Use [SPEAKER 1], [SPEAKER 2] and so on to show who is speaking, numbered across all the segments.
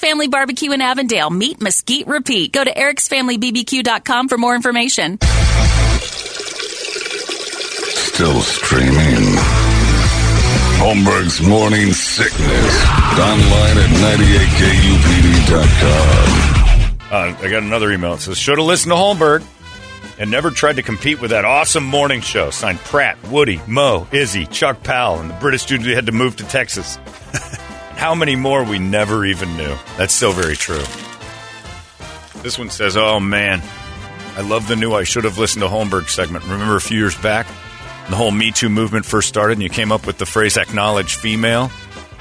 [SPEAKER 1] Family Barbecue in Avondale. Meet, mesquite, repeat. Go to ericsfamilybbq.com for more information.
[SPEAKER 2] Still streaming. Holmberg's Morning Sickness. Online at 98kupd.com.
[SPEAKER 3] Uh, I got another email that says, Should have listened to Holmberg and never tried to compete with that awesome morning show. Signed Pratt, Woody, Mo, Izzy, Chuck Powell, and the British dude who had to move to Texas. and how many more we never even knew. That's so very true. This one says, Oh man, I love the new I should have listened to Holmberg segment. Remember a few years back, when the whole Me Too movement first started, and you came up with the phrase acknowledge female?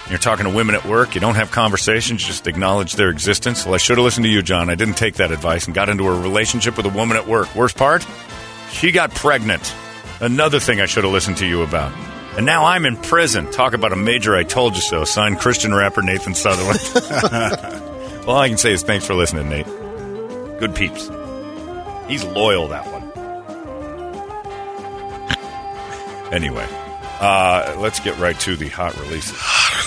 [SPEAKER 3] You're talking to women at work. You don't have conversations. You just acknowledge their existence. Well, I should have listened to you, John. I didn't take that advice and got into a relationship with a woman at work. Worst part? She got pregnant. Another thing I should have listened to you about. And now I'm in prison. Talk about a major I told you so. Signed Christian rapper Nathan Sutherland. All I can say is thanks for listening, Nate. Good peeps. He's loyal, that one. Anyway, uh, let's get right to the hot releases.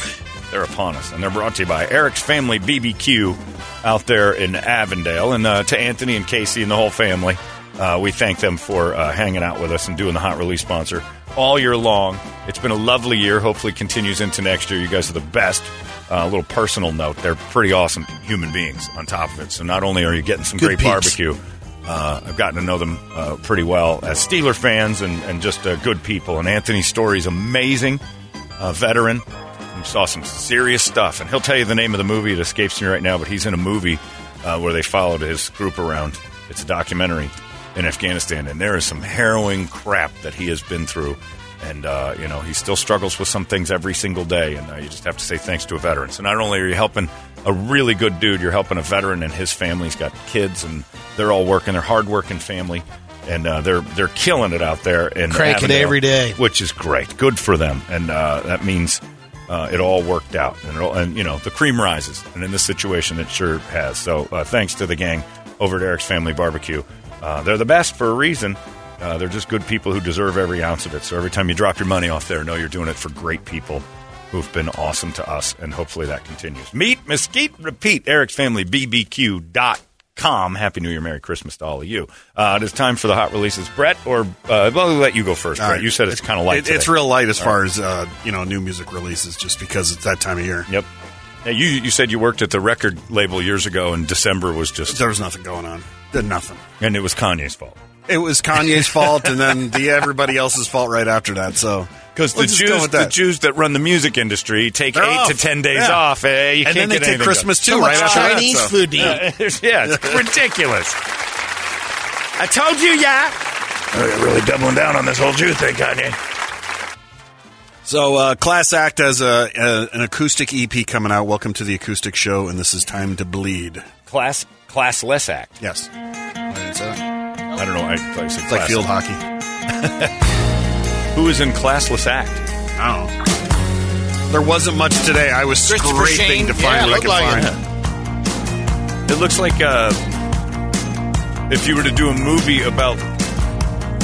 [SPEAKER 3] They're upon us, and they're brought to you by Eric's Family BBQ out there in Avondale. And uh, to Anthony and Casey and the whole family, uh, we thank them for uh, hanging out with us and doing the hot release sponsor all year long. It's been a lovely year. Hopefully, continues into next year. You guys are the best. Uh, a little personal note: they're pretty awesome human beings. On top of it, so not only are you getting some great
[SPEAKER 4] peeps.
[SPEAKER 3] barbecue, uh, I've gotten to know them uh, pretty well as Steeler fans and and just uh, good people. And Anthony's story is amazing. A veteran, who saw some serious stuff, and he'll tell you the name of the movie. It escapes me right now, but he's in a movie uh, where they followed his group around. It's a documentary in Afghanistan, and there is some harrowing crap that he has been through. And uh, you know he still struggles with some things every single day, and uh, you just have to say thanks to a veteran. So not only are you helping a really good dude, you're helping a veteran and his family. He's got kids, and they're all working. They're hardworking family, and uh, they're they're killing it out there. And
[SPEAKER 4] Cranking
[SPEAKER 3] Avondale,
[SPEAKER 4] every day.
[SPEAKER 3] which is great. Good for them, and uh, that means uh, it all worked out. And, it all, and you know, the cream rises, and in this situation, it sure has. So uh, thanks to the gang over at Eric's Family Barbecue. Uh, they're the best for a reason. Uh, they're just good people who deserve every ounce of it. So every time you drop your money off there, know you're doing it for great people who've been awesome to us, and hopefully that continues. Meet, mesquite, repeat. Eric's Family BBQ.com. Happy New Year, Merry Christmas to all of you. Uh, it is time for the hot releases. Brett, or uh, well, I'll let you go first. Brett,
[SPEAKER 4] right.
[SPEAKER 3] you said it's kind of light.
[SPEAKER 4] It- it's
[SPEAKER 3] today.
[SPEAKER 4] real light as far as uh, you know new music releases, just because it's that time of year.
[SPEAKER 3] Yep. Now, you you said you worked at the record label years ago, and December was just
[SPEAKER 4] There was nothing going on. Did nothing.
[SPEAKER 3] and it was Kanye's fault
[SPEAKER 4] It was Kanye's fault, and then the everybody else's fault right after that. So
[SPEAKER 3] because the
[SPEAKER 4] let's just go
[SPEAKER 3] Jews
[SPEAKER 4] with
[SPEAKER 3] the
[SPEAKER 4] that.
[SPEAKER 3] Jews that run the music industry take
[SPEAKER 4] They're
[SPEAKER 3] eight
[SPEAKER 4] off.
[SPEAKER 3] to ten days
[SPEAKER 4] Yeah.
[SPEAKER 3] off. Eh, you can't
[SPEAKER 4] and then they
[SPEAKER 3] get
[SPEAKER 4] take
[SPEAKER 3] anything
[SPEAKER 4] Christmas
[SPEAKER 3] done.
[SPEAKER 4] too, right after that,
[SPEAKER 5] Chinese
[SPEAKER 4] so.
[SPEAKER 5] food to eat.
[SPEAKER 3] Yeah, it's- yeah, it's ridiculous. I told you, yeah. They're really doubling down on this whole Jew thing, Kanye.
[SPEAKER 4] So, uh, Class Act has a, a an acoustic EP coming out. Welcome to the acoustic show, and this is time to bleed.
[SPEAKER 3] Class classless act.
[SPEAKER 4] Yes, it's,
[SPEAKER 3] I don't know. I, I said
[SPEAKER 4] it's like
[SPEAKER 3] class-
[SPEAKER 4] field hockey.
[SPEAKER 3] Who is in classless act?
[SPEAKER 4] I don't know. There wasn't much today. I was
[SPEAKER 5] Christopher
[SPEAKER 4] scraping
[SPEAKER 5] Shane.
[SPEAKER 4] to find
[SPEAKER 5] Yeah,
[SPEAKER 4] what I
[SPEAKER 5] looked
[SPEAKER 4] could
[SPEAKER 5] like
[SPEAKER 4] find.
[SPEAKER 5] it.
[SPEAKER 3] It looks like uh, if you were to do a movie about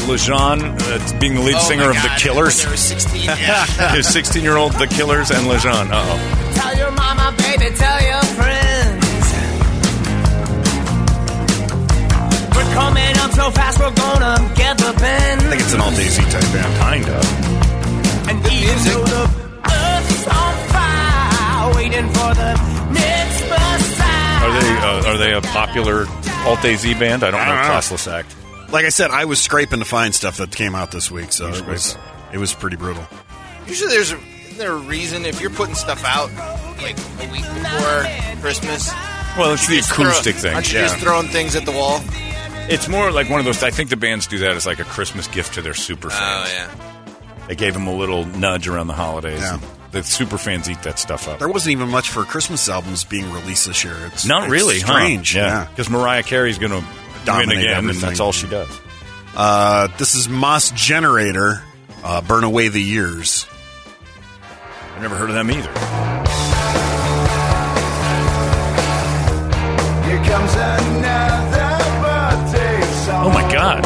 [SPEAKER 3] LeJean uh, being the lead
[SPEAKER 5] Oh
[SPEAKER 3] singer
[SPEAKER 5] my
[SPEAKER 3] of The
[SPEAKER 5] God,
[SPEAKER 3] Killers.
[SPEAKER 5] There was 16. Yeah.
[SPEAKER 3] His 16 year old The Killers and LeJean. Uh oh.
[SPEAKER 6] Tell your mama, baby, tell your friends.
[SPEAKER 5] so fast we're gonna get the pen.
[SPEAKER 4] I think it's an all Daisy type band.
[SPEAKER 3] Kind of.
[SPEAKER 5] And even though the earth's on fire, waiting for the next bus
[SPEAKER 3] Are they uh, are they a popular alt AZ band? I don't
[SPEAKER 4] I don't
[SPEAKER 3] know.
[SPEAKER 4] know.
[SPEAKER 3] Classless act.
[SPEAKER 4] Like I said, I was scraping to find stuff that came out this week, so
[SPEAKER 3] You
[SPEAKER 4] it
[SPEAKER 3] scraped
[SPEAKER 4] was it was pretty brutal.
[SPEAKER 6] Usually there's a, isn't there a reason if you're putting stuff out like a week before Christmas.
[SPEAKER 3] Well, it's the
[SPEAKER 6] just throw-
[SPEAKER 3] acoustic thing.
[SPEAKER 6] Aren't you just throwing things at the wall?
[SPEAKER 3] It's more like one of those. I think the bands do that as like a Christmas gift to their super
[SPEAKER 5] Oh,
[SPEAKER 3] fans.
[SPEAKER 6] yeah.
[SPEAKER 3] They gave them a little nudge around the holidays.
[SPEAKER 4] Yeah.
[SPEAKER 3] and The super fans eat that stuff up.
[SPEAKER 4] There wasn't even much for Christmas albums being released this year. It's
[SPEAKER 3] Not
[SPEAKER 4] it's
[SPEAKER 3] really, huh?
[SPEAKER 4] Strange, yeah.
[SPEAKER 3] Because Mariah Carey's going to win
[SPEAKER 4] Dominate
[SPEAKER 3] again, and
[SPEAKER 4] everything.
[SPEAKER 3] that's all she does.
[SPEAKER 4] Uh, this is Moss Generator, uh, "Burn Away the Years."
[SPEAKER 3] I've never heard of them either.
[SPEAKER 7] Here comes another birthday song.
[SPEAKER 3] Oh my God!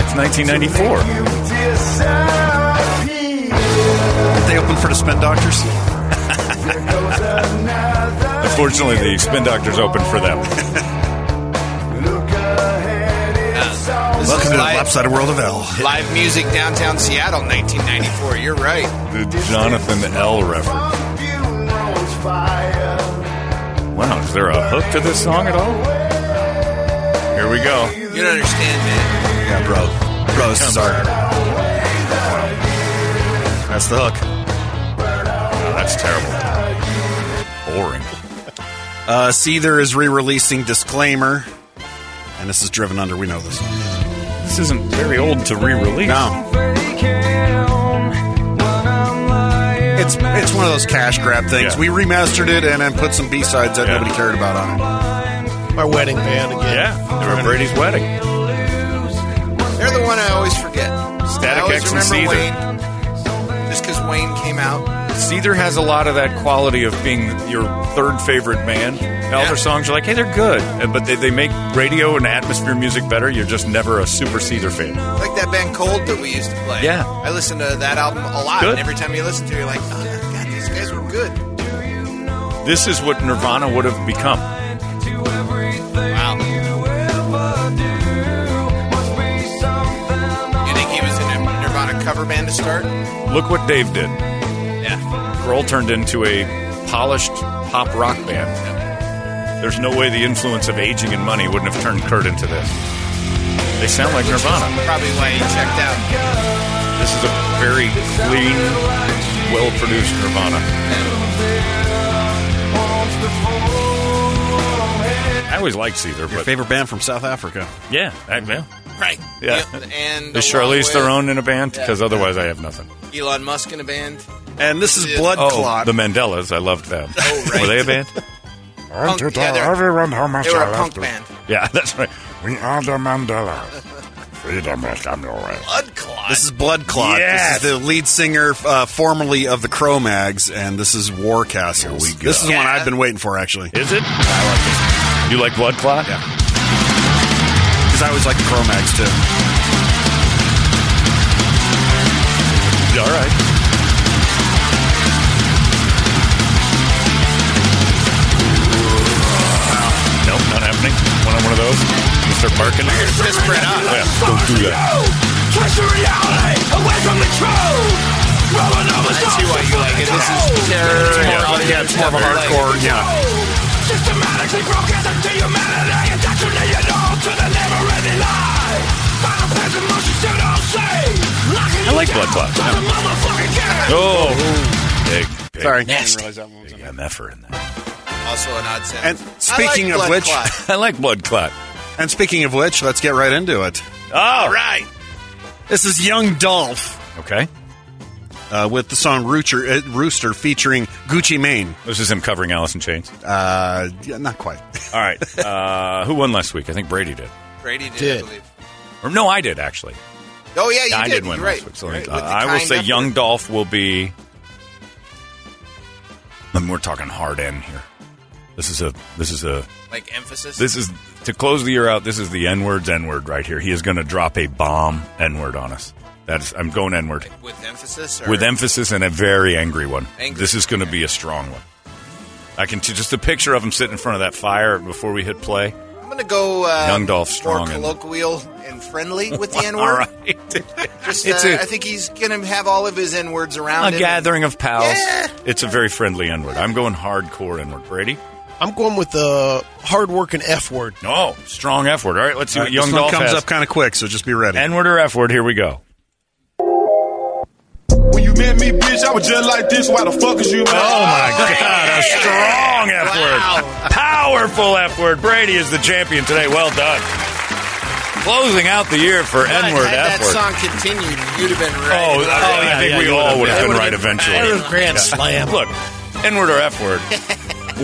[SPEAKER 3] It's 1994.
[SPEAKER 7] You disappear.
[SPEAKER 4] Aren't they open for the Spin Doctors?
[SPEAKER 7] Goes another
[SPEAKER 3] Unfortunately, the
[SPEAKER 7] year
[SPEAKER 3] Spin Doctors open for them.
[SPEAKER 7] gone. Look ahead, it's all
[SPEAKER 4] Welcome to the
[SPEAKER 6] Live-
[SPEAKER 4] left side world of L.
[SPEAKER 6] Live music downtown Seattle, 1994. You're right.
[SPEAKER 3] The Jonathan L. reference.
[SPEAKER 7] from funerals fire.
[SPEAKER 3] Wow, is there a hook to this song at all? Here we go.
[SPEAKER 6] You don't understand, man.
[SPEAKER 4] Yeah, bro, bro, this is our. That's the hook.
[SPEAKER 3] Oh, that's terrible. Boring.
[SPEAKER 4] Uh, Seether is re-releasing "Disclaimer," and this is driven under. We know this.
[SPEAKER 3] This isn't very old to re-release.
[SPEAKER 4] No, it's it's one of those cash grab things.
[SPEAKER 3] Yeah.
[SPEAKER 4] We remastered it and then put some B sides that
[SPEAKER 3] Yeah.
[SPEAKER 4] nobody cared about on it.
[SPEAKER 8] Our wedding band again.
[SPEAKER 3] Yeah, they were at Brady's wedding.
[SPEAKER 6] They're the one I always forget. I
[SPEAKER 3] Static
[SPEAKER 6] always
[SPEAKER 3] X and
[SPEAKER 6] remember
[SPEAKER 3] Seether.
[SPEAKER 6] Wayne. Just because Wayne came out.
[SPEAKER 3] Seether has a lot of that quality of being your third favorite band. All
[SPEAKER 6] Yeah.
[SPEAKER 3] their songs are like, hey, they're good, And- but they, they make radio and atmosphere music better. You're just never a super Seether fan.
[SPEAKER 6] Like that band Cold that we used to play.
[SPEAKER 3] Yeah.
[SPEAKER 6] I listened to that album a lot.
[SPEAKER 3] Good.
[SPEAKER 6] And every time you listen to it, you're like, oh, God, these guys were good.
[SPEAKER 3] This is what Nirvana would have become.
[SPEAKER 6] Wow. You think he was in a Nirvana cover band to start?
[SPEAKER 3] Look what Dave did.
[SPEAKER 6] Yeah.
[SPEAKER 3] Grohl turned into a polished pop rock band. There's no way the influence of aging and money wouldn't have turned Kurt into this. They sound like Nirvana.
[SPEAKER 6] Probably why he checked out.
[SPEAKER 3] This is a very clean, well produced Nirvana. I always liked Seether,
[SPEAKER 4] Your
[SPEAKER 3] but
[SPEAKER 4] favorite band from South Africa?
[SPEAKER 3] yeah, I, yeah,
[SPEAKER 6] Right.
[SPEAKER 3] yeah.
[SPEAKER 6] And
[SPEAKER 3] Is
[SPEAKER 6] along
[SPEAKER 3] Charlize
[SPEAKER 6] with
[SPEAKER 3] Theron in a band? Because otherwise, I have nothing.
[SPEAKER 6] Elon Musk in a band.
[SPEAKER 4] And this is
[SPEAKER 6] Yeah.
[SPEAKER 4] Blood
[SPEAKER 3] Oh,
[SPEAKER 4] Clot.
[SPEAKER 3] the Mandelas, I loved them.
[SPEAKER 6] Oh, right.
[SPEAKER 3] Were they a band?
[SPEAKER 6] Punk, yeah, they're-
[SPEAKER 9] Everyone how much
[SPEAKER 6] They were
[SPEAKER 9] I
[SPEAKER 6] a
[SPEAKER 9] love
[SPEAKER 6] punk
[SPEAKER 9] you.
[SPEAKER 6] band.
[SPEAKER 3] Yeah, that's right.
[SPEAKER 9] We are the Mandela. Freedom is on your way.
[SPEAKER 6] Blood Clot.
[SPEAKER 4] This is Blood Clot.
[SPEAKER 3] Yes.
[SPEAKER 4] This is the lead singer, uh, formerly of the Cro Mags, and this is War Castles.
[SPEAKER 3] Here we go.
[SPEAKER 4] This is the one
[SPEAKER 6] Yeah.
[SPEAKER 4] I've been waiting for, actually.
[SPEAKER 3] Is it? I like it. You like Blood Clot?
[SPEAKER 4] Yeah. Because I always like the Cro Mags, too.
[SPEAKER 3] Yeah, All right. Nope, not happening. Want one of those? You start barking. Oh,
[SPEAKER 6] Just spread out.
[SPEAKER 3] Yeah, don't do that.
[SPEAKER 6] I see why you like it. This is terror. It's more
[SPEAKER 4] Yeah,
[SPEAKER 6] on the-
[SPEAKER 4] yeah, it's more of a
[SPEAKER 6] like-
[SPEAKER 4] hardcore. Yeah.
[SPEAKER 3] I like Blood Clot. Oh, big, big,
[SPEAKER 4] Sorry.
[SPEAKER 3] big MFer in there.
[SPEAKER 6] Also an odd sound.
[SPEAKER 4] And
[SPEAKER 6] I like
[SPEAKER 4] speaking of
[SPEAKER 6] Blood
[SPEAKER 4] which-
[SPEAKER 6] Clot.
[SPEAKER 3] I like Blood Clot.
[SPEAKER 4] And speaking of which, let's get right into it.
[SPEAKER 3] All right.
[SPEAKER 4] This is Young Dolph
[SPEAKER 3] Okay.
[SPEAKER 4] uh, with the song Rooster, uh, Rooster featuring Gucci Mane.
[SPEAKER 3] This is him covering Alice in Chains.
[SPEAKER 4] Uh, yeah, not quite.
[SPEAKER 3] All right. Uh, who won last week? I think Brady did.
[SPEAKER 6] Brady did,
[SPEAKER 8] Did.
[SPEAKER 6] I believe.
[SPEAKER 3] Or no, I did actually.
[SPEAKER 6] Oh yeah, you
[SPEAKER 3] I
[SPEAKER 6] did.
[SPEAKER 3] did win
[SPEAKER 6] You're right.
[SPEAKER 3] last week. So
[SPEAKER 6] Right,
[SPEAKER 3] uh,
[SPEAKER 6] with the
[SPEAKER 3] I will
[SPEAKER 6] kind
[SPEAKER 3] say
[SPEAKER 6] effort.
[SPEAKER 3] Young Dolph will be. I mean, we're talking hard end here. This is a this is a
[SPEAKER 6] Like emphasis.
[SPEAKER 3] this is to close the year out. This is the N word's N word right here. He is going to drop a bomb N word on us. That's I'm going N word
[SPEAKER 6] with emphasis. Or
[SPEAKER 3] with emphasis and a very angry one.
[SPEAKER 6] Angry.
[SPEAKER 3] This is going to be a strong one. I can t- just a picture of him sitting in front of that fire before we hit play.
[SPEAKER 6] I'm gonna go uh,
[SPEAKER 3] Young Dolph
[SPEAKER 6] more
[SPEAKER 3] Strong and-
[SPEAKER 6] colloquial and friendly with the N word.
[SPEAKER 3] All right.
[SPEAKER 6] Just,
[SPEAKER 3] It's
[SPEAKER 6] uh,
[SPEAKER 3] a-
[SPEAKER 6] I think he's gonna have all of his N words
[SPEAKER 3] A
[SPEAKER 6] around. him.
[SPEAKER 3] gathering of pals.
[SPEAKER 6] Yeah.
[SPEAKER 3] It's a very friendly inward. I'm going hardcore inward. Brady?
[SPEAKER 8] I'm going with the hard working F word.
[SPEAKER 3] No. Strong F word. All right, let's see
[SPEAKER 4] All
[SPEAKER 3] what
[SPEAKER 4] right,
[SPEAKER 3] Young
[SPEAKER 4] this one
[SPEAKER 3] Dolph
[SPEAKER 4] comes
[SPEAKER 3] has.
[SPEAKER 4] up kind of quick, so just be ready.
[SPEAKER 3] N word or F word? Here we go.
[SPEAKER 10] When you met me, bitch, I was just like this. Why the fuck is you mad?
[SPEAKER 3] Oh my God, a strong F word. Powerful F word. Brady is the champion today. Well done. Closing out the year for
[SPEAKER 6] Had-
[SPEAKER 3] N word,
[SPEAKER 6] Had
[SPEAKER 3] F
[SPEAKER 6] that
[SPEAKER 3] word.
[SPEAKER 6] song continued, you'd have been
[SPEAKER 3] Oh,
[SPEAKER 6] right.
[SPEAKER 3] I, I think we all would have been right eventually.
[SPEAKER 8] It was a grand
[SPEAKER 3] Yeah.
[SPEAKER 8] slam.
[SPEAKER 3] Look, N word or F word,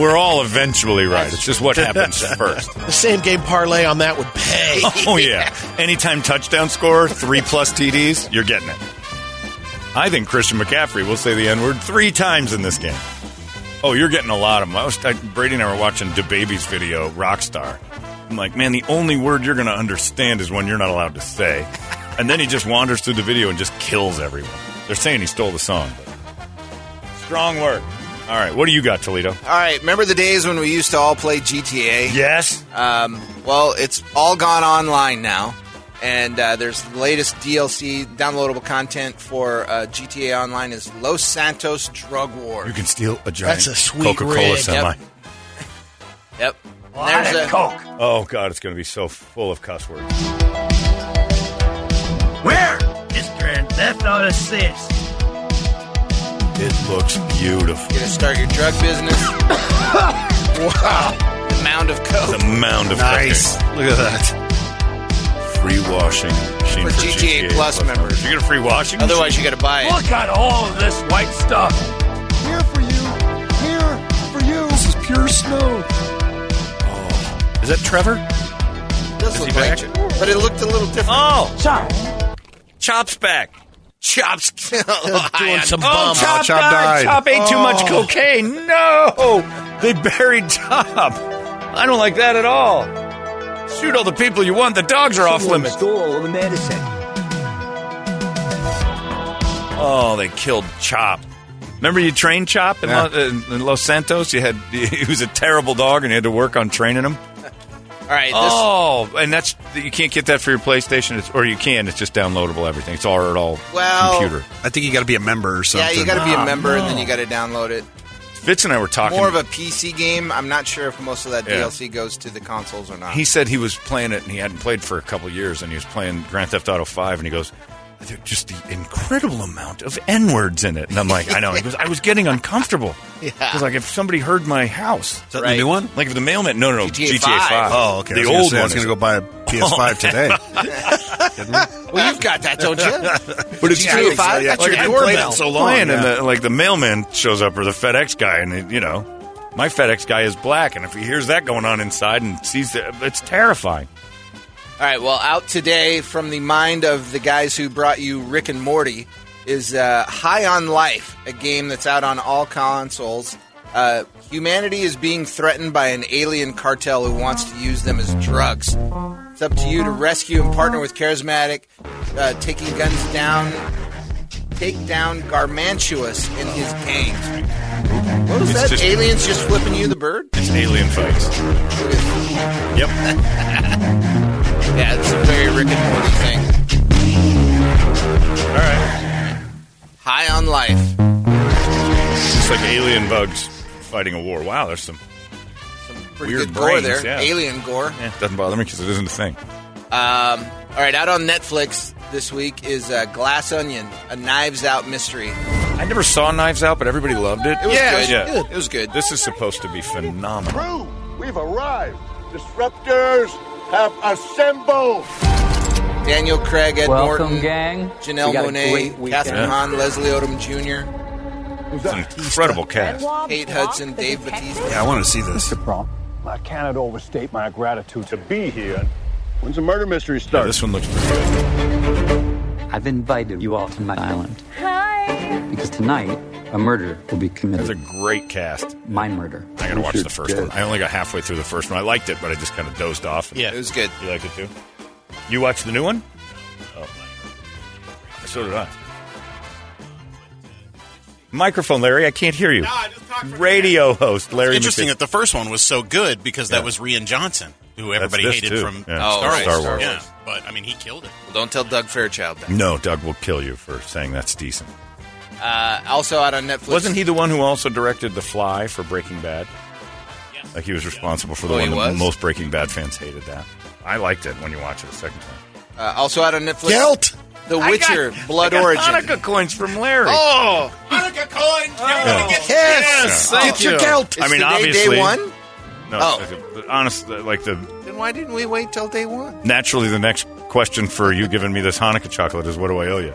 [SPEAKER 3] we're all eventually right. It's just what happens first.
[SPEAKER 8] The same game parlay on that would pay.
[SPEAKER 3] Oh, yeah. Anytime touchdown score, three plus TDs, you're getting it. I think Christian McCaffrey will say the N word three times in this game. Oh, you're getting a lot of them. I was, I, Brady and I were watching DeBaby's video, Rockstar. I'm like, man, the only word you're going to understand is one you're not allowed to say. And then he just wanders through the video and just kills everyone. They're saying he stole the song. But strong word. All right, what do you got, Toledo?
[SPEAKER 6] All right, remember the days when we used to all play GTA?
[SPEAKER 3] Yes.
[SPEAKER 6] Um, well, it's all gone online now, and uh, there's the latest DLC downloadable content for uh, GTA Online is Los Santos Drug War.
[SPEAKER 3] You can steal a giant
[SPEAKER 8] That's a sweet
[SPEAKER 3] Coca-Cola
[SPEAKER 8] rig.
[SPEAKER 3] semi.
[SPEAKER 6] Yep. And there's a,
[SPEAKER 3] Coke. Oh God, it's going to be so full of cuss words.
[SPEAKER 11] Where is Grand Theft Auto 6?
[SPEAKER 3] It looks beautiful.
[SPEAKER 6] gonna start your drug business. wow. The mound of coke
[SPEAKER 3] The mound of
[SPEAKER 4] Nice. Look at that.
[SPEAKER 3] cooking. free washing machine
[SPEAKER 6] for
[SPEAKER 3] for,
[SPEAKER 6] GTA, Plus members.
[SPEAKER 3] You get a free washing.
[SPEAKER 6] Otherwise, you gotta buy it.
[SPEAKER 11] Look at all of this white stuff.
[SPEAKER 7] Here for you, here for you. This is pure snow.
[SPEAKER 3] machine? Oh. Is that Trevor?
[SPEAKER 6] It does look like it, but it looked a little different.
[SPEAKER 3] Oh, Chop's back. Chops.
[SPEAKER 8] doing some
[SPEAKER 3] Oh,
[SPEAKER 8] bum.
[SPEAKER 3] Chop,
[SPEAKER 4] Chop
[SPEAKER 3] died.
[SPEAKER 4] died.
[SPEAKER 3] Chop ate too much cocaine. No, they buried Chop. I don't like that at all. Shoot all the people you want. The dogs are off limits.
[SPEAKER 11] Stole the medicine.
[SPEAKER 3] Oh, they killed Chop. Remember you trained Chop in,
[SPEAKER 4] Yeah.
[SPEAKER 3] Lo- in- in Los Santos? You had he was a terrible dog, and you had to work on training him.
[SPEAKER 6] All right, this,
[SPEAKER 3] oh, and that's you can't get that for your PlayStation, it's, or you can. It's just downloadable. Everything. It's all, all
[SPEAKER 6] Well-
[SPEAKER 3] computer.
[SPEAKER 4] I think you got to be a member or
[SPEAKER 6] yeah,
[SPEAKER 4] something.
[SPEAKER 6] you gotta be
[SPEAKER 3] Oh,
[SPEAKER 6] a member and then
[SPEAKER 3] no.
[SPEAKER 6] you gotta download it.
[SPEAKER 3] Fitz and I were talking.
[SPEAKER 6] More of a PC game. I'm not sure if most of that
[SPEAKER 3] Yeah.
[SPEAKER 6] DLC goes to the consoles or not.
[SPEAKER 3] he said he was playing it, and he hadn't played for a couple of years, and he was playing Grand Theft Auto Five, and he goes. "There- Just the incredible amount of N words in it, and I'm like, I know. He goes, I was getting uncomfortable. Yeah, because like if somebody heard my house,
[SPEAKER 4] Is that the new one?
[SPEAKER 3] Like if the mailman, no, no, no, GTA,
[SPEAKER 6] GTA
[SPEAKER 3] 5.
[SPEAKER 6] five.
[SPEAKER 4] Oh, okay.
[SPEAKER 3] The
[SPEAKER 4] I was gonna
[SPEAKER 3] old
[SPEAKER 4] say,
[SPEAKER 3] one.
[SPEAKER 4] I was
[SPEAKER 3] is-
[SPEAKER 4] going
[SPEAKER 3] Oh,
[SPEAKER 4] to go buy a PS5 today.
[SPEAKER 6] well, you've got that, don't you?
[SPEAKER 3] but it's
[SPEAKER 6] GTA
[SPEAKER 3] true.
[SPEAKER 6] five? That's
[SPEAKER 3] like,
[SPEAKER 6] your
[SPEAKER 3] I hadn't played
[SPEAKER 6] doorbell.
[SPEAKER 3] it so long,
[SPEAKER 4] Playing,
[SPEAKER 3] and
[SPEAKER 4] yeah.
[SPEAKER 3] the, like the mailman shows up or the FedEx guy, and you know, my FedEx guy is black, and if he hears that going on inside and sees that, it's terrifying.
[SPEAKER 6] All right. Well, out today from the mind of the guys who brought you Rick and Morty is uh, High on Life, a game that's out on all consoles. Uh, humanity is being threatened by an alien cartel who wants to use them as drugs. It's up to you to rescue and partner with charismatic, uh, taking guns down, take down Garmantuous and his gang. What was
[SPEAKER 3] It's
[SPEAKER 6] that?
[SPEAKER 3] just-
[SPEAKER 6] Aliens just flipping you the bird?
[SPEAKER 3] It's alien fights. Yep.
[SPEAKER 6] Yeah, it's a very Rick and Morty thing.
[SPEAKER 3] All right.
[SPEAKER 6] High on Life.
[SPEAKER 3] It's like alien bugs fighting a war. Wow, there's some.
[SPEAKER 6] Pretty
[SPEAKER 3] Weird
[SPEAKER 6] good gore
[SPEAKER 3] brains,
[SPEAKER 6] there.
[SPEAKER 3] yeah.
[SPEAKER 6] Alien gore.
[SPEAKER 3] Eh, doesn't bother me because it isn't a thing.
[SPEAKER 6] Um, all right, out on Netflix this week is uh, Glass Onion, a Knives Out mystery.
[SPEAKER 3] I never saw Knives Out, but everybody loved it.
[SPEAKER 6] It was
[SPEAKER 3] yeah,
[SPEAKER 6] good.
[SPEAKER 3] yeah.
[SPEAKER 6] It was good.
[SPEAKER 3] This is supposed to be phenomenal.
[SPEAKER 10] Crew, we've arrived. Disruptors have assembled.
[SPEAKER 6] Daniel Craig, Ed Norton,
[SPEAKER 12] gang.
[SPEAKER 6] Janelle Monet, Catherine
[SPEAKER 3] Yeah.
[SPEAKER 6] Hahn, Leslie Odom Jr.,
[SPEAKER 3] It's an incredible cast.
[SPEAKER 6] Kate Hudson, Dave Batista.
[SPEAKER 4] Yeah, I want to see this.
[SPEAKER 11] I cannot overstate my gratitude to be here.
[SPEAKER 10] When's the murder mystery
[SPEAKER 3] Yeah,
[SPEAKER 10] start?
[SPEAKER 3] this one looks pretty good.
[SPEAKER 12] I've invited you all to my island. Because tonight, a murder will be
[SPEAKER 3] It's a
[SPEAKER 12] committed.
[SPEAKER 3] great cast.
[SPEAKER 12] My murder.
[SPEAKER 3] I gotta watch the first one. I only got halfway through the first one. I liked it, but I just kind of dozed off.
[SPEAKER 8] Yeah.
[SPEAKER 6] It was good.
[SPEAKER 3] You liked it too? You watched the new one? Oh, so did I. Microphone, Larry. I can't hear you.
[SPEAKER 13] No, I just talked from
[SPEAKER 3] Radio host, Larry.
[SPEAKER 14] Interesting
[SPEAKER 3] McPhee.
[SPEAKER 14] that the first one was so good because that was Rian Johnson,
[SPEAKER 13] who everybody
[SPEAKER 3] this,
[SPEAKER 13] hated
[SPEAKER 3] too.
[SPEAKER 13] from
[SPEAKER 3] Yeah,
[SPEAKER 13] Star,
[SPEAKER 3] Star
[SPEAKER 13] Wars.
[SPEAKER 3] Wars. Wars.
[SPEAKER 13] Yeah, but I mean, he killed it.
[SPEAKER 6] Well, don't tell Doug Fairchild that.
[SPEAKER 3] No, Doug will kill you for saying that's decent.
[SPEAKER 6] Uh, also out on Netflix.
[SPEAKER 3] Wasn't he the one who also directed The Fly for Breaking Bad? Like he was responsible for the
[SPEAKER 6] Oh,
[SPEAKER 3] one
[SPEAKER 6] he
[SPEAKER 3] that
[SPEAKER 6] was?
[SPEAKER 3] most Breaking Bad fans hated that. I liked it when you watch it a second time.
[SPEAKER 6] Uh, also out on Netflix.
[SPEAKER 3] Guilt.
[SPEAKER 6] The
[SPEAKER 3] I got-
[SPEAKER 6] Witcher Blood
[SPEAKER 3] I got
[SPEAKER 6] Origin.
[SPEAKER 3] Hanukkah coins from Larry.
[SPEAKER 6] Oh,
[SPEAKER 13] Hanukkah coin.
[SPEAKER 3] Yeah.
[SPEAKER 13] Yes.
[SPEAKER 6] Yes,
[SPEAKER 3] Yeah.
[SPEAKER 6] thank Get your you. guilt.
[SPEAKER 3] I
[SPEAKER 6] It's
[SPEAKER 3] mean,
[SPEAKER 6] the day- day
[SPEAKER 3] obviously.
[SPEAKER 6] one?
[SPEAKER 3] No,
[SPEAKER 6] Oh.
[SPEAKER 3] but honestly, like the
[SPEAKER 6] Then why didn't we wait till day one?
[SPEAKER 3] naturally the next question for you giving me this Hanukkah chocolate is what do I owe you?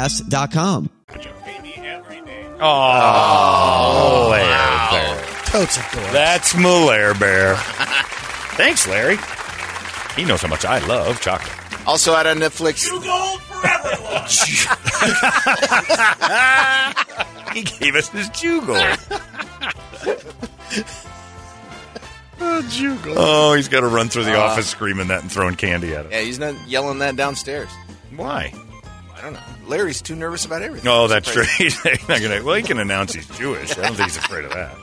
[SPEAKER 3] Oh, Larry
[SPEAKER 14] wow.
[SPEAKER 3] Bear.
[SPEAKER 8] Totes adorable.
[SPEAKER 3] That's Malaire Bear. Thanks, Larry. He knows how much I love chocolate.
[SPEAKER 6] Also out on Netflix.
[SPEAKER 3] he gave us his jugal.
[SPEAKER 6] Oh, Jugal.
[SPEAKER 3] Oh, he's got to run through the
[SPEAKER 6] Uh,
[SPEAKER 3] office screaming that and throwing candy at it.
[SPEAKER 6] Yeah, he's not yelling that downstairs.
[SPEAKER 3] Why?
[SPEAKER 6] I don't know. Larry's too nervous about everything.
[SPEAKER 3] Oh, that's true.
[SPEAKER 6] Surprising.
[SPEAKER 3] He's not gonna, well, he can announce he's Jewish. I don't think he's afraid of that.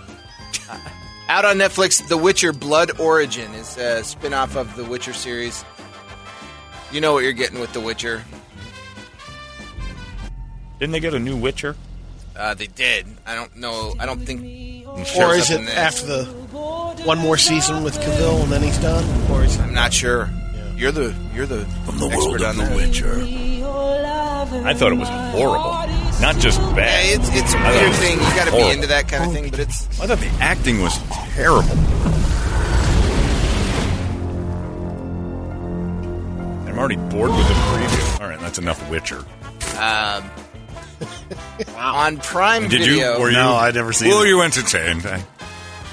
[SPEAKER 6] Out on Netflix, The Witcher Blood Origin is a spin off of the Witcher series. You know what you're getting with The Witcher.
[SPEAKER 3] Didn't they get a new Witcher?
[SPEAKER 6] Uh, they did. I don't know. I don't think.
[SPEAKER 8] Or is it after the one more season with Cavill and then he's done? Or is
[SPEAKER 6] I'm not sure. You're the you're the, expert on The Witcher.
[SPEAKER 3] I thought it was horrible. Not just bad.
[SPEAKER 6] Yeah, it's it's a
[SPEAKER 3] I thought it
[SPEAKER 6] weird
[SPEAKER 3] was
[SPEAKER 6] thing. You got to be
[SPEAKER 3] horrible.
[SPEAKER 6] into that kind of thing, but it's
[SPEAKER 3] I thought the acting was terrible. I'm already bored with the preview. All right, that's enough Witcher.
[SPEAKER 6] um, on Prime
[SPEAKER 3] Did
[SPEAKER 6] Video.
[SPEAKER 3] you? Were you? Were you entertained? I,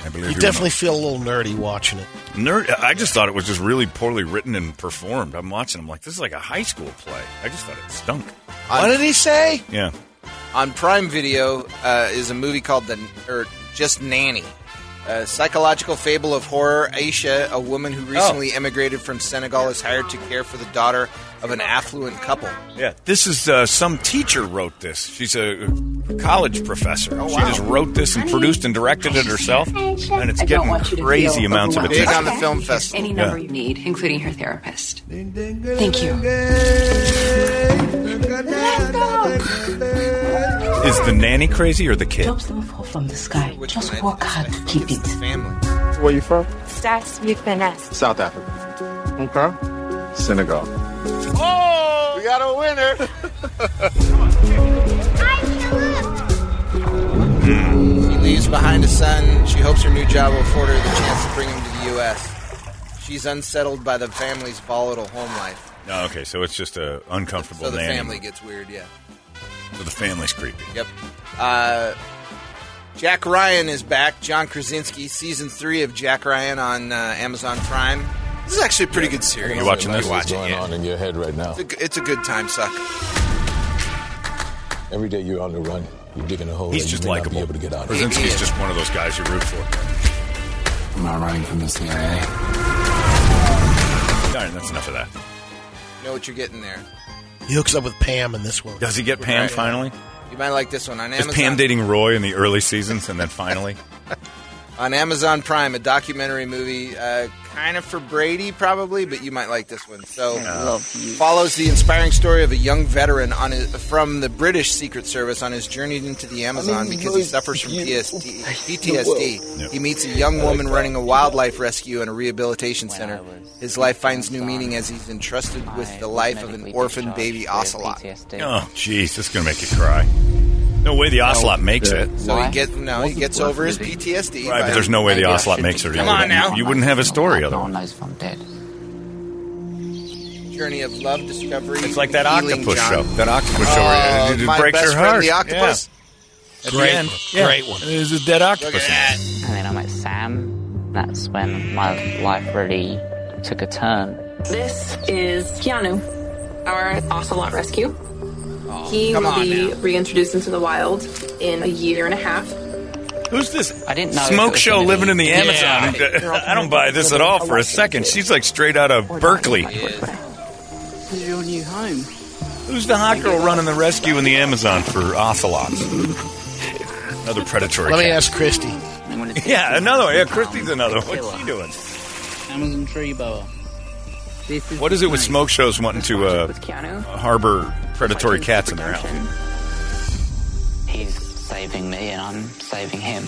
[SPEAKER 3] I believe
[SPEAKER 8] You
[SPEAKER 3] you were
[SPEAKER 8] definitely feel a little nerdy watching it.
[SPEAKER 3] Nerd, I just thought it was just really poorly written and performed. I'm watching. I'm like, this is like a high school play. I just thought it stunk.
[SPEAKER 8] What did he say?
[SPEAKER 3] Yeah.
[SPEAKER 6] on Prime Video uh, is a movie called the or just Nanny, a psychological fable of horror. Aisha, a woman who recently emigrated from Senegal, is hired to care for the daughter of an affluent couple.
[SPEAKER 3] Yeah. This is uh, some teacher wrote this. She's a college professor.
[SPEAKER 8] Oh,
[SPEAKER 3] she just wrote this and produced and directed it herself, and it's
[SPEAKER 15] I don't
[SPEAKER 3] getting
[SPEAKER 15] want you to
[SPEAKER 3] crazy
[SPEAKER 15] feel
[SPEAKER 3] amounts of
[SPEAKER 15] overwhelmed.
[SPEAKER 3] attention.
[SPEAKER 15] Okay. Here's Any number you need, including her therapist. Thank you.
[SPEAKER 3] Is the nanny crazy or the kid?
[SPEAKER 15] Drops don't fall from the sky. Just work hard to keep it.
[SPEAKER 11] Where you from?
[SPEAKER 15] Starts with finesse.
[SPEAKER 11] South Africa. Okay. Senegal.
[SPEAKER 5] Oh, we got a winner.
[SPEAKER 6] She leaves behind a son. She hopes her new job will afford her the chance to bring him to the U.S. She's unsettled by the family's volatile home life,
[SPEAKER 3] No, okay, so it's just a uncomfortable
[SPEAKER 6] so the
[SPEAKER 3] nanny.
[SPEAKER 6] family gets weird. Yeah.
[SPEAKER 3] So the family's creepy.
[SPEAKER 6] Yep. Uh, Jack Ryan is back. John Krasinski, season three of Jack Ryan on uh, Amazon Prime. This is actually a pretty good series.
[SPEAKER 3] You watching this?
[SPEAKER 6] Watch it, yeah.
[SPEAKER 16] on in your head right now?
[SPEAKER 6] It's a, g- it's a good time suck.
[SPEAKER 16] Every day you're on the run. You're digging a hole.
[SPEAKER 3] He's
[SPEAKER 16] that
[SPEAKER 3] just
[SPEAKER 16] you may not
[SPEAKER 3] likable.
[SPEAKER 16] Be able to get out. of.
[SPEAKER 3] Krasinski's just one of those guys you root for.
[SPEAKER 16] I'm not running from the CIA.
[SPEAKER 3] All right, that's enough of that.
[SPEAKER 6] You know what you're getting there.
[SPEAKER 8] He hooks up with Pam in this one.
[SPEAKER 3] Does he get Pam
[SPEAKER 6] Right.
[SPEAKER 3] finally?
[SPEAKER 6] You might like this one on
[SPEAKER 3] Is
[SPEAKER 6] Amazon.
[SPEAKER 3] Pam dating Roy in the early seasons and then finally?
[SPEAKER 6] on Amazon Prime, a documentary movie, uh, kind of for Brady probably, but you might like this one. So, follows the inspiring story of a young veteran on his, from the British Secret Service on his journey into the Amazon because he suffers from PST, PTSD. He meets a young woman running a wildlife rescue and a rehabilitation center. His life finds new meaning as he's entrusted with the life of an orphan baby ocelot.
[SPEAKER 3] Oh, jeez, this is going to make you cry. No way the ocelot makes it.
[SPEAKER 6] So he gets no, he gets over his PTSD.
[SPEAKER 3] Right,
[SPEAKER 6] by-
[SPEAKER 3] but there's no way the ocelot makes it.
[SPEAKER 6] Come on now.
[SPEAKER 3] You, you wouldn't have a story otherwise.
[SPEAKER 6] journey of love, discovery.
[SPEAKER 3] It's like that
[SPEAKER 6] healing,
[SPEAKER 3] octopus
[SPEAKER 6] John.
[SPEAKER 3] show. That octopus
[SPEAKER 6] Oh,
[SPEAKER 3] show. It, it
[SPEAKER 6] my
[SPEAKER 3] breaks
[SPEAKER 6] best
[SPEAKER 3] your
[SPEAKER 6] friend,
[SPEAKER 3] heart.
[SPEAKER 6] the octopus.
[SPEAKER 3] Yeah.
[SPEAKER 6] Great one. Great
[SPEAKER 3] one. There's a dead octopus.
[SPEAKER 12] And then I'm like, Sam,
[SPEAKER 17] That's when my life really took a turn.
[SPEAKER 18] This is Keanu, our ocelot rescue. he
[SPEAKER 17] Oh, come
[SPEAKER 18] will
[SPEAKER 17] on
[SPEAKER 18] be reintroduced into the wild in a year and a half.
[SPEAKER 3] Who's this?
[SPEAKER 17] I didn't know. if it
[SPEAKER 3] Smoke
[SPEAKER 17] was
[SPEAKER 3] show
[SPEAKER 17] gonna
[SPEAKER 3] living
[SPEAKER 17] be-
[SPEAKER 3] in the Amazon. I don't buy this at all for a second. She's like straight out of Berkeley.
[SPEAKER 19] This is your new home.
[SPEAKER 3] Who's the hot girl running the rescue in the Amazon for ocelots? Another predatory.
[SPEAKER 8] Let me
[SPEAKER 3] cat.
[SPEAKER 8] ask Christy.
[SPEAKER 3] Yeah, another one. Yeah, Christy's another one. What's she doing?
[SPEAKER 19] Amazon tree boa. This is
[SPEAKER 3] What is it with smoke shows wanting to uh,
[SPEAKER 19] Keanu.
[SPEAKER 3] harbor predatory cats in their house?
[SPEAKER 17] He's saving me, and I'm saving him.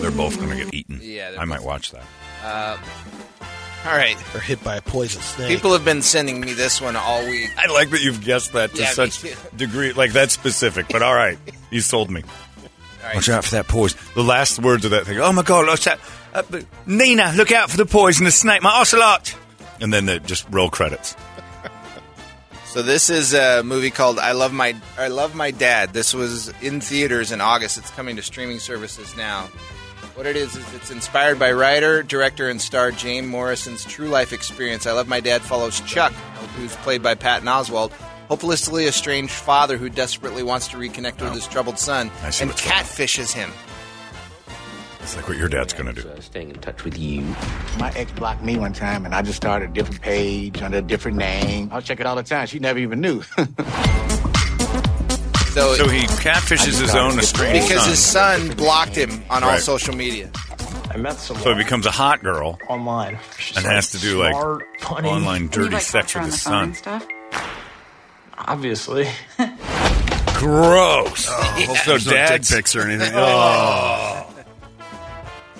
[SPEAKER 3] They're both going to get eaten.
[SPEAKER 6] Yeah, they're
[SPEAKER 3] I might watch that.
[SPEAKER 6] Uh, all right.
[SPEAKER 8] Or hit by a poison snake.
[SPEAKER 6] People have been sending me this one all week.
[SPEAKER 3] I like that you've guessed that to
[SPEAKER 6] Yeah, me
[SPEAKER 3] such
[SPEAKER 6] too.
[SPEAKER 3] degree, like that specific. But all right, you sold me.
[SPEAKER 6] right.
[SPEAKER 3] Watch out for that poison. The last words of that thing. Oh my God! Watch out, uh, but- Nina! Look out for the poisonous snake, my ocelot. And then they just roll credits.
[SPEAKER 6] So this is a movie called I Love My I Love My Dad. This was in theaters in August. It's coming to streaming services now. What it is is it's inspired by writer, director, and star Jane Morrison's true life experience. I Love My Dad follows Chuck, who's played by Patton Oswald, hopelessly estranged father who desperately wants to reconnect with his troubled son
[SPEAKER 3] I see
[SPEAKER 6] and
[SPEAKER 3] what's going on.
[SPEAKER 6] catfishes him.
[SPEAKER 3] It's like what your dad's going to do.
[SPEAKER 20] Staying in touch with you. My ex blocked me one time, and I just started a different page under a different name. I'll check it all the time. She never even knew.
[SPEAKER 6] So,
[SPEAKER 3] So he catfishes his own estranged
[SPEAKER 6] because
[SPEAKER 3] son.
[SPEAKER 6] his son blocked him on all
[SPEAKER 3] Right.
[SPEAKER 6] social media.
[SPEAKER 3] I met someone. So he becomes a hot girl
[SPEAKER 6] Online.
[SPEAKER 3] and has to do like
[SPEAKER 20] smart, funny.
[SPEAKER 3] online
[SPEAKER 20] And
[SPEAKER 3] dirty
[SPEAKER 20] you, like,
[SPEAKER 3] sex with his son.
[SPEAKER 20] stuff? Obviously.
[SPEAKER 3] Gross.
[SPEAKER 4] Oh,
[SPEAKER 3] Yeah.
[SPEAKER 4] there's no dick
[SPEAKER 3] dad's-
[SPEAKER 4] pics or anything.
[SPEAKER 3] Oh.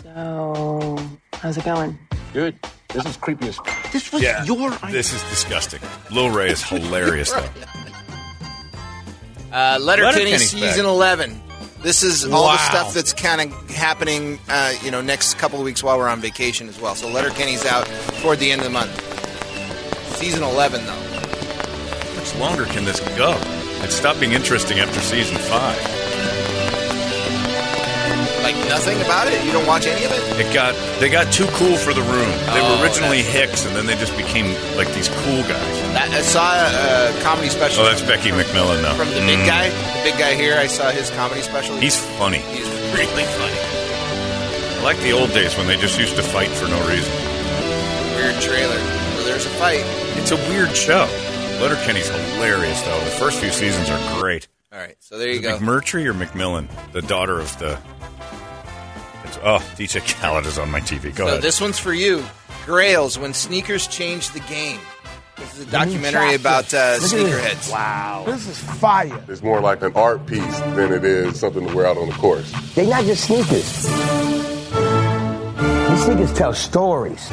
[SPEAKER 19] So, how's it going?
[SPEAKER 20] Good. This is creepy as.
[SPEAKER 19] This was
[SPEAKER 3] Yeah.
[SPEAKER 19] your
[SPEAKER 3] This is disgusting. Lil Ray is hilarious though.
[SPEAKER 6] Uh, Letterkenny
[SPEAKER 3] Letterkenny's
[SPEAKER 6] season
[SPEAKER 3] back.
[SPEAKER 6] eleven. This is all
[SPEAKER 3] Wow.
[SPEAKER 6] the stuff that's kind of happening, uh, you know, next couple of weeks while we're on vacation as well. So Letterkenny's out toward the end of the month. Season eleven, though.
[SPEAKER 3] How much longer can this go? It stopped being interesting after season five.
[SPEAKER 6] Like nothing about it. You don't watch any of it.
[SPEAKER 3] It got they got too cool for the room. They
[SPEAKER 6] Oh,
[SPEAKER 3] were originally Hicks, and then they just became like these cool guys.
[SPEAKER 6] That, I saw a, uh comedy special
[SPEAKER 3] Oh, that's Becky McMillan now.
[SPEAKER 6] from the big guy, the big guy here. I saw his comedy special.
[SPEAKER 3] He's funny.
[SPEAKER 6] He's really funny.
[SPEAKER 3] I like the old days when they just used to fight for no reason.
[SPEAKER 6] Weird trailer where there's a fight.
[SPEAKER 3] It's a weird show. Letterkenny's hilarious though. The first few seasons are great.
[SPEAKER 6] All right, so there you
[SPEAKER 3] Is it
[SPEAKER 6] go.
[SPEAKER 3] McMurtry or McMillan, the daughter of the. It's, oh, DJ Khaled is on my TV. Go
[SPEAKER 6] so
[SPEAKER 3] ahead.
[SPEAKER 6] this one's for you. Grails when sneakers changed the game. This is a documentary about uh, sneakerheads. Wow.
[SPEAKER 21] This is fire.
[SPEAKER 22] It's more like an art piece than it is something to wear out on the course.
[SPEAKER 21] They not just sneakers. These sneakers tell stories.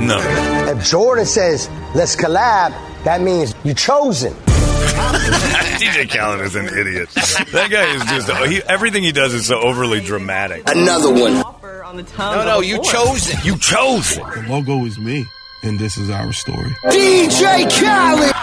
[SPEAKER 3] No.
[SPEAKER 21] If Jordan says, let's collab, that means you're chosen.
[SPEAKER 3] DJ Khaled is an idiot. That guy is just. He, everything he does is so overly dramatic.
[SPEAKER 6] No, no, you chose it.
[SPEAKER 3] You chose it.
[SPEAKER 23] The logo is me, and this is our story.
[SPEAKER 21] DJ Khaled!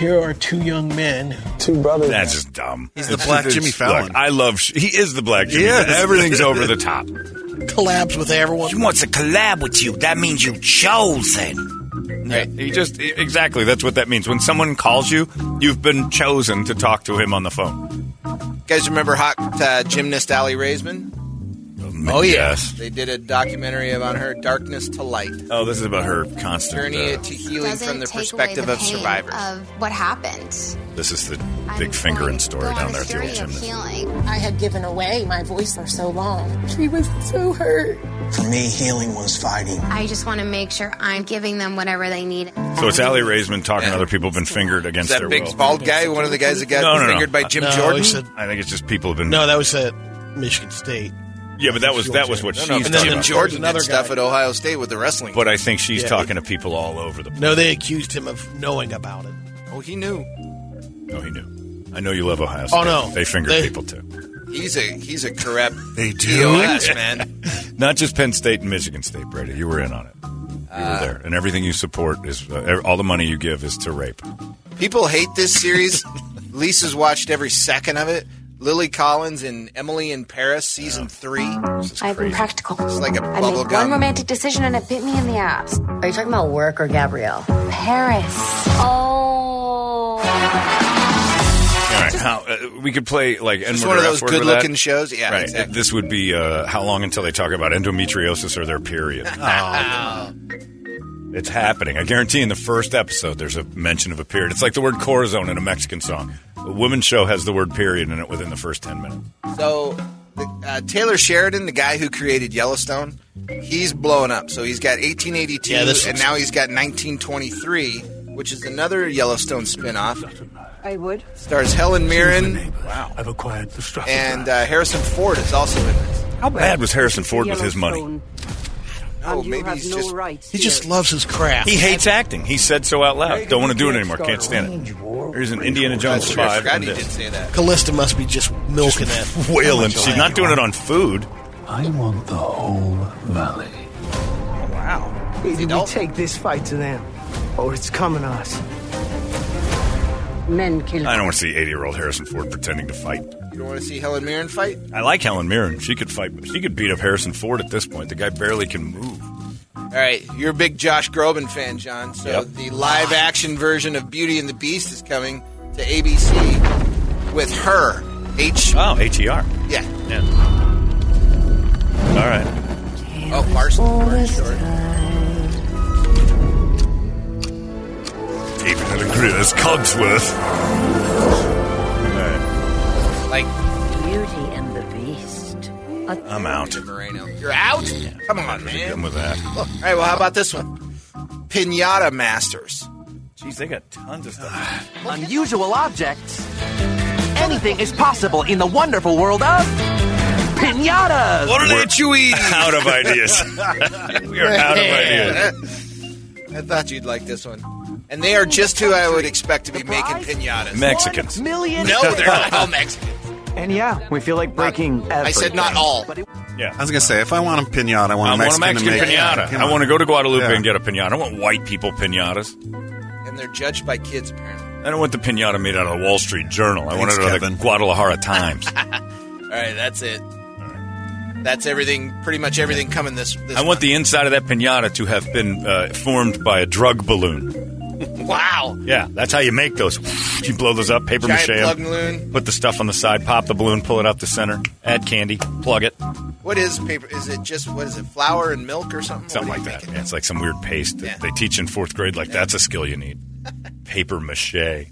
[SPEAKER 8] Here are two young men.
[SPEAKER 21] Two brothers.
[SPEAKER 3] That's just dumb.
[SPEAKER 4] He's the black
[SPEAKER 3] it's-
[SPEAKER 4] Jimmy
[SPEAKER 3] look,
[SPEAKER 4] Fallon.
[SPEAKER 3] I love. sh- He is the black Jimmy.
[SPEAKER 4] Yes.
[SPEAKER 3] Fallon. Everything's over the top.
[SPEAKER 8] Collabs with everyone.
[SPEAKER 24] She wants to collab with you. That means you chosen.
[SPEAKER 3] Yeah, he just e, exactly. That's what that means. When someone calls you, you've been chosen to talk to him on the phone.
[SPEAKER 6] You guys remember hot uh, gymnast Allie Raisman?
[SPEAKER 3] Oh yes.
[SPEAKER 6] They did a documentary about her, Darkness to Light.
[SPEAKER 3] Oh, this is about her constant.
[SPEAKER 6] Journey
[SPEAKER 3] uh,
[SPEAKER 6] to healing
[SPEAKER 25] doesn't
[SPEAKER 6] from the
[SPEAKER 25] take away
[SPEAKER 6] perspective
[SPEAKER 25] the
[SPEAKER 6] of
[SPEAKER 25] pain
[SPEAKER 6] survivors.
[SPEAKER 25] Of what happened.
[SPEAKER 3] This is the big fingering story down there at the old
[SPEAKER 25] Journey of
[SPEAKER 3] gymnast.
[SPEAKER 25] healing.
[SPEAKER 26] I had given away my voice for so long. She was so hurt.
[SPEAKER 27] For me, healing was fighting.
[SPEAKER 25] I just want to make sure I'm giving them whatever they need.
[SPEAKER 3] So it's Ali Raisman talking to other people who've been fingered
[SPEAKER 6] Is
[SPEAKER 3] against
[SPEAKER 6] that
[SPEAKER 3] their
[SPEAKER 6] big
[SPEAKER 3] will.
[SPEAKER 6] bald guy, one of the guys that got
[SPEAKER 3] no, no, no.
[SPEAKER 6] fingered by Jim
[SPEAKER 8] No,
[SPEAKER 6] Jordan?
[SPEAKER 8] it's a-
[SPEAKER 3] I think it's just people have been.
[SPEAKER 8] No, that was at Michigan State.
[SPEAKER 3] yeah, but that was that was what
[SPEAKER 8] No,
[SPEAKER 3] she's
[SPEAKER 8] no, and then
[SPEAKER 3] talking
[SPEAKER 8] the
[SPEAKER 3] about.
[SPEAKER 8] Jordan-
[SPEAKER 6] Jordan
[SPEAKER 8] Another
[SPEAKER 6] did stuff
[SPEAKER 8] guy.
[SPEAKER 6] at Ohio State with the wrestling.
[SPEAKER 3] But I think she's
[SPEAKER 8] Yeah.
[SPEAKER 3] talking to people all over the. place.
[SPEAKER 8] No, they accused him of knowing about it.
[SPEAKER 6] oh, he knew.
[SPEAKER 3] No, oh, he knew. I know you love Ohio State.
[SPEAKER 8] Oh, no.
[SPEAKER 3] they fingered
[SPEAKER 8] They-
[SPEAKER 3] people too.
[SPEAKER 6] He's a he's a corrupt
[SPEAKER 4] They
[SPEAKER 6] DOS, man.
[SPEAKER 3] Not just Penn State and Michigan State, Brady. You were in on it. You
[SPEAKER 6] Uh,
[SPEAKER 3] were there, and everything you support is uh, ev- all the money you give is to rape.
[SPEAKER 6] People hate this series. Lisa's watched every second of it. Lily Collins in Emily in Paris season three.
[SPEAKER 28] I've been practical.
[SPEAKER 6] It's like a
[SPEAKER 28] I made
[SPEAKER 6] bubble
[SPEAKER 28] one
[SPEAKER 6] gum.
[SPEAKER 28] romantic decision and it bit me in the ass. Are you talking about work or Gabrielle? Paris. Oh.
[SPEAKER 3] All right, how uh, we could play like
[SPEAKER 6] It's
[SPEAKER 3] N
[SPEAKER 6] one
[SPEAKER 3] word
[SPEAKER 6] of
[SPEAKER 3] or F
[SPEAKER 6] those
[SPEAKER 3] word with that.
[SPEAKER 6] good-looking shows. Yeah,
[SPEAKER 3] right.
[SPEAKER 6] exactly.
[SPEAKER 3] This would be uh, how long until they talk about endometriosis or their period.
[SPEAKER 6] Oh,
[SPEAKER 3] It's happening. I guarantee in the first episode there's a mention of a period. It's like the word corazon in a Mexican song. A women's show has the word period in it within the first 10 minutes.
[SPEAKER 6] So, the, uh, Taylor Sheridan, the guy who created Yellowstone, he's blowing up. So he's got 1882,
[SPEAKER 8] Yeah, this
[SPEAKER 6] and
[SPEAKER 8] looks-
[SPEAKER 6] now he's got 1923, which is another Yellowstone spinoff.
[SPEAKER 1] I would.
[SPEAKER 6] Stars Helen Mirren,
[SPEAKER 1] Wow. I've acquired the structure.
[SPEAKER 6] and uh, Harrison Ford is also in it.
[SPEAKER 3] How bad was Harrison Ford with his money?
[SPEAKER 6] Oh, maybe he's just.
[SPEAKER 1] rights
[SPEAKER 6] He just loves his craft.
[SPEAKER 3] He hates acting. He said so out loud. Don't want to do it anymore. Can't stand it. Here's an Indiana Jones
[SPEAKER 8] That's true. I
[SPEAKER 3] 5.
[SPEAKER 8] forgot
[SPEAKER 3] and
[SPEAKER 8] he
[SPEAKER 3] this.
[SPEAKER 6] say that.
[SPEAKER 8] Callista must be just milking that.
[SPEAKER 3] Wailing. She's not doing it on food.
[SPEAKER 2] I want the whole valley.
[SPEAKER 7] Wow. Either we take this fight to them, or it's coming us.
[SPEAKER 1] Men kill.
[SPEAKER 3] I don't want to see 80 year old Harrison Ford pretending to fight.
[SPEAKER 6] You don't want to see Helen Mirren fight?
[SPEAKER 3] I like Helen Mirren. She could fight. She could beat up Harrison Ford at this point. The guy barely can move.
[SPEAKER 6] All right, you're a big Josh Groban fan, John. So
[SPEAKER 3] Yep.
[SPEAKER 6] the live action version of Beauty and the Beast is coming to ABC with her. H.
[SPEAKER 3] Oh, ATR.
[SPEAKER 6] Yeah.
[SPEAKER 3] All right.
[SPEAKER 6] Oh, Marston.
[SPEAKER 3] Even at a career as Cogsworth.
[SPEAKER 6] Like
[SPEAKER 1] Beauty and the Beast.
[SPEAKER 3] I'm out.
[SPEAKER 6] Moreno. You're out? Come on, man.
[SPEAKER 3] Done with that.
[SPEAKER 6] All right, well, how about this one? Pinata Masters.
[SPEAKER 3] Jeez, they got tons of stuff.
[SPEAKER 9] Unusual objects. Anything is possible in the wonderful world of pinatas.
[SPEAKER 3] We're Out of ideas. we are out of ideas.
[SPEAKER 6] I thought you'd like this one. And they are just who I would expect to be making pinatas.
[SPEAKER 3] Mexicans.
[SPEAKER 9] Million.
[SPEAKER 6] No, they're not all Mexicans.
[SPEAKER 9] And yeah,
[SPEAKER 2] We feel like breaking.
[SPEAKER 6] I said not all.
[SPEAKER 3] Yeah.
[SPEAKER 4] I was gonna say if I want a pinata, I want
[SPEAKER 3] I
[SPEAKER 4] a
[SPEAKER 3] want a
[SPEAKER 4] Mexican,
[SPEAKER 3] Mexican
[SPEAKER 4] to make-
[SPEAKER 3] pinata.
[SPEAKER 4] Come
[SPEAKER 3] I
[SPEAKER 4] on.
[SPEAKER 3] want to go to Guadalupe
[SPEAKER 4] Yeah.
[SPEAKER 3] and get a pinata. I want white people pinatas.
[SPEAKER 6] And they're judged by kids, apparently.
[SPEAKER 3] I don't want the pinata made out of the Wall Street Journal. I want
[SPEAKER 4] Thanks,
[SPEAKER 3] it out
[SPEAKER 4] Kevin.
[SPEAKER 3] of the Guadalajara Times.
[SPEAKER 6] All right, that's it. That's everything, pretty much everything coming this. this
[SPEAKER 3] I want the inside of that pinata to have been uh, formed by a drug balloon.
[SPEAKER 6] Wow.
[SPEAKER 3] Yeah, that's how you make those. You blow those up, paper
[SPEAKER 6] Giant
[SPEAKER 3] mache. 'em,
[SPEAKER 6] plug balloon.
[SPEAKER 3] Put the stuff on the side, pop the balloon, pull it out the center, add candy, plug it,
[SPEAKER 6] What is paper? Is it just, what is it, flour and milk or something?
[SPEAKER 3] something
[SPEAKER 6] What do
[SPEAKER 3] like
[SPEAKER 6] you
[SPEAKER 3] that.
[SPEAKER 6] make it?
[SPEAKER 3] Yeah, it's like some weird paste that
[SPEAKER 6] Yeah.
[SPEAKER 3] they teach in fourth grade. Like that's a skill you need. Paper mache. You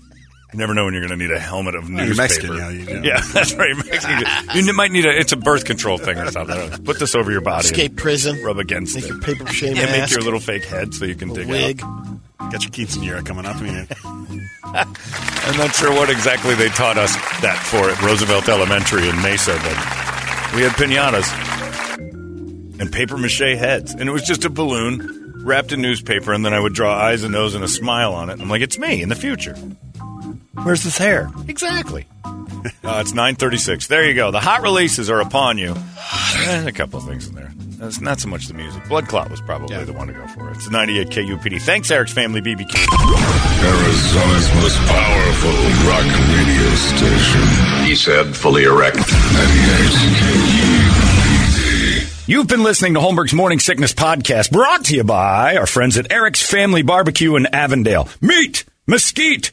[SPEAKER 3] never know when you're going to need a helmet of
[SPEAKER 4] you're
[SPEAKER 3] newspaper.
[SPEAKER 4] Mexican, yeah, you do.
[SPEAKER 3] yeah, that's right. Mexican. you might need a. It's a birth control thing or something. Put this over your body. and
[SPEAKER 8] Escape prison.
[SPEAKER 3] Rub against
[SPEAKER 8] Make
[SPEAKER 3] it.
[SPEAKER 8] your paper mache
[SPEAKER 3] yeah, make
[SPEAKER 8] mask.
[SPEAKER 3] your little fake head so you can dig
[SPEAKER 8] wig.
[SPEAKER 3] it out.
[SPEAKER 4] Got your quinceanera coming up. I mean,
[SPEAKER 3] I'm not sure what exactly they taught us that for at Roosevelt Elementary in Mesa, but we had pinatas and paper mache heads. And it was just a balloon wrapped in newspaper, and then I would draw eyes and nose and a smile on it. And I'm like, it's me in the future. Where's this hair? Exactly. Uh, it's 936. There you go. The hot releases are upon you. And a couple of things in there. That's not so much the music. Blood Clot was probably the one to go for. It's 98 KUPD. Thanks, Eric's Family BBQ.
[SPEAKER 10] Arizona's most powerful rock radio station. He said, fully erect. 98 KUPD.
[SPEAKER 3] You've been listening to Holmberg's Morning Sickness Podcast, brought to you by our friends at Eric's Family Barbecue in Avondale. Meet, mesquite,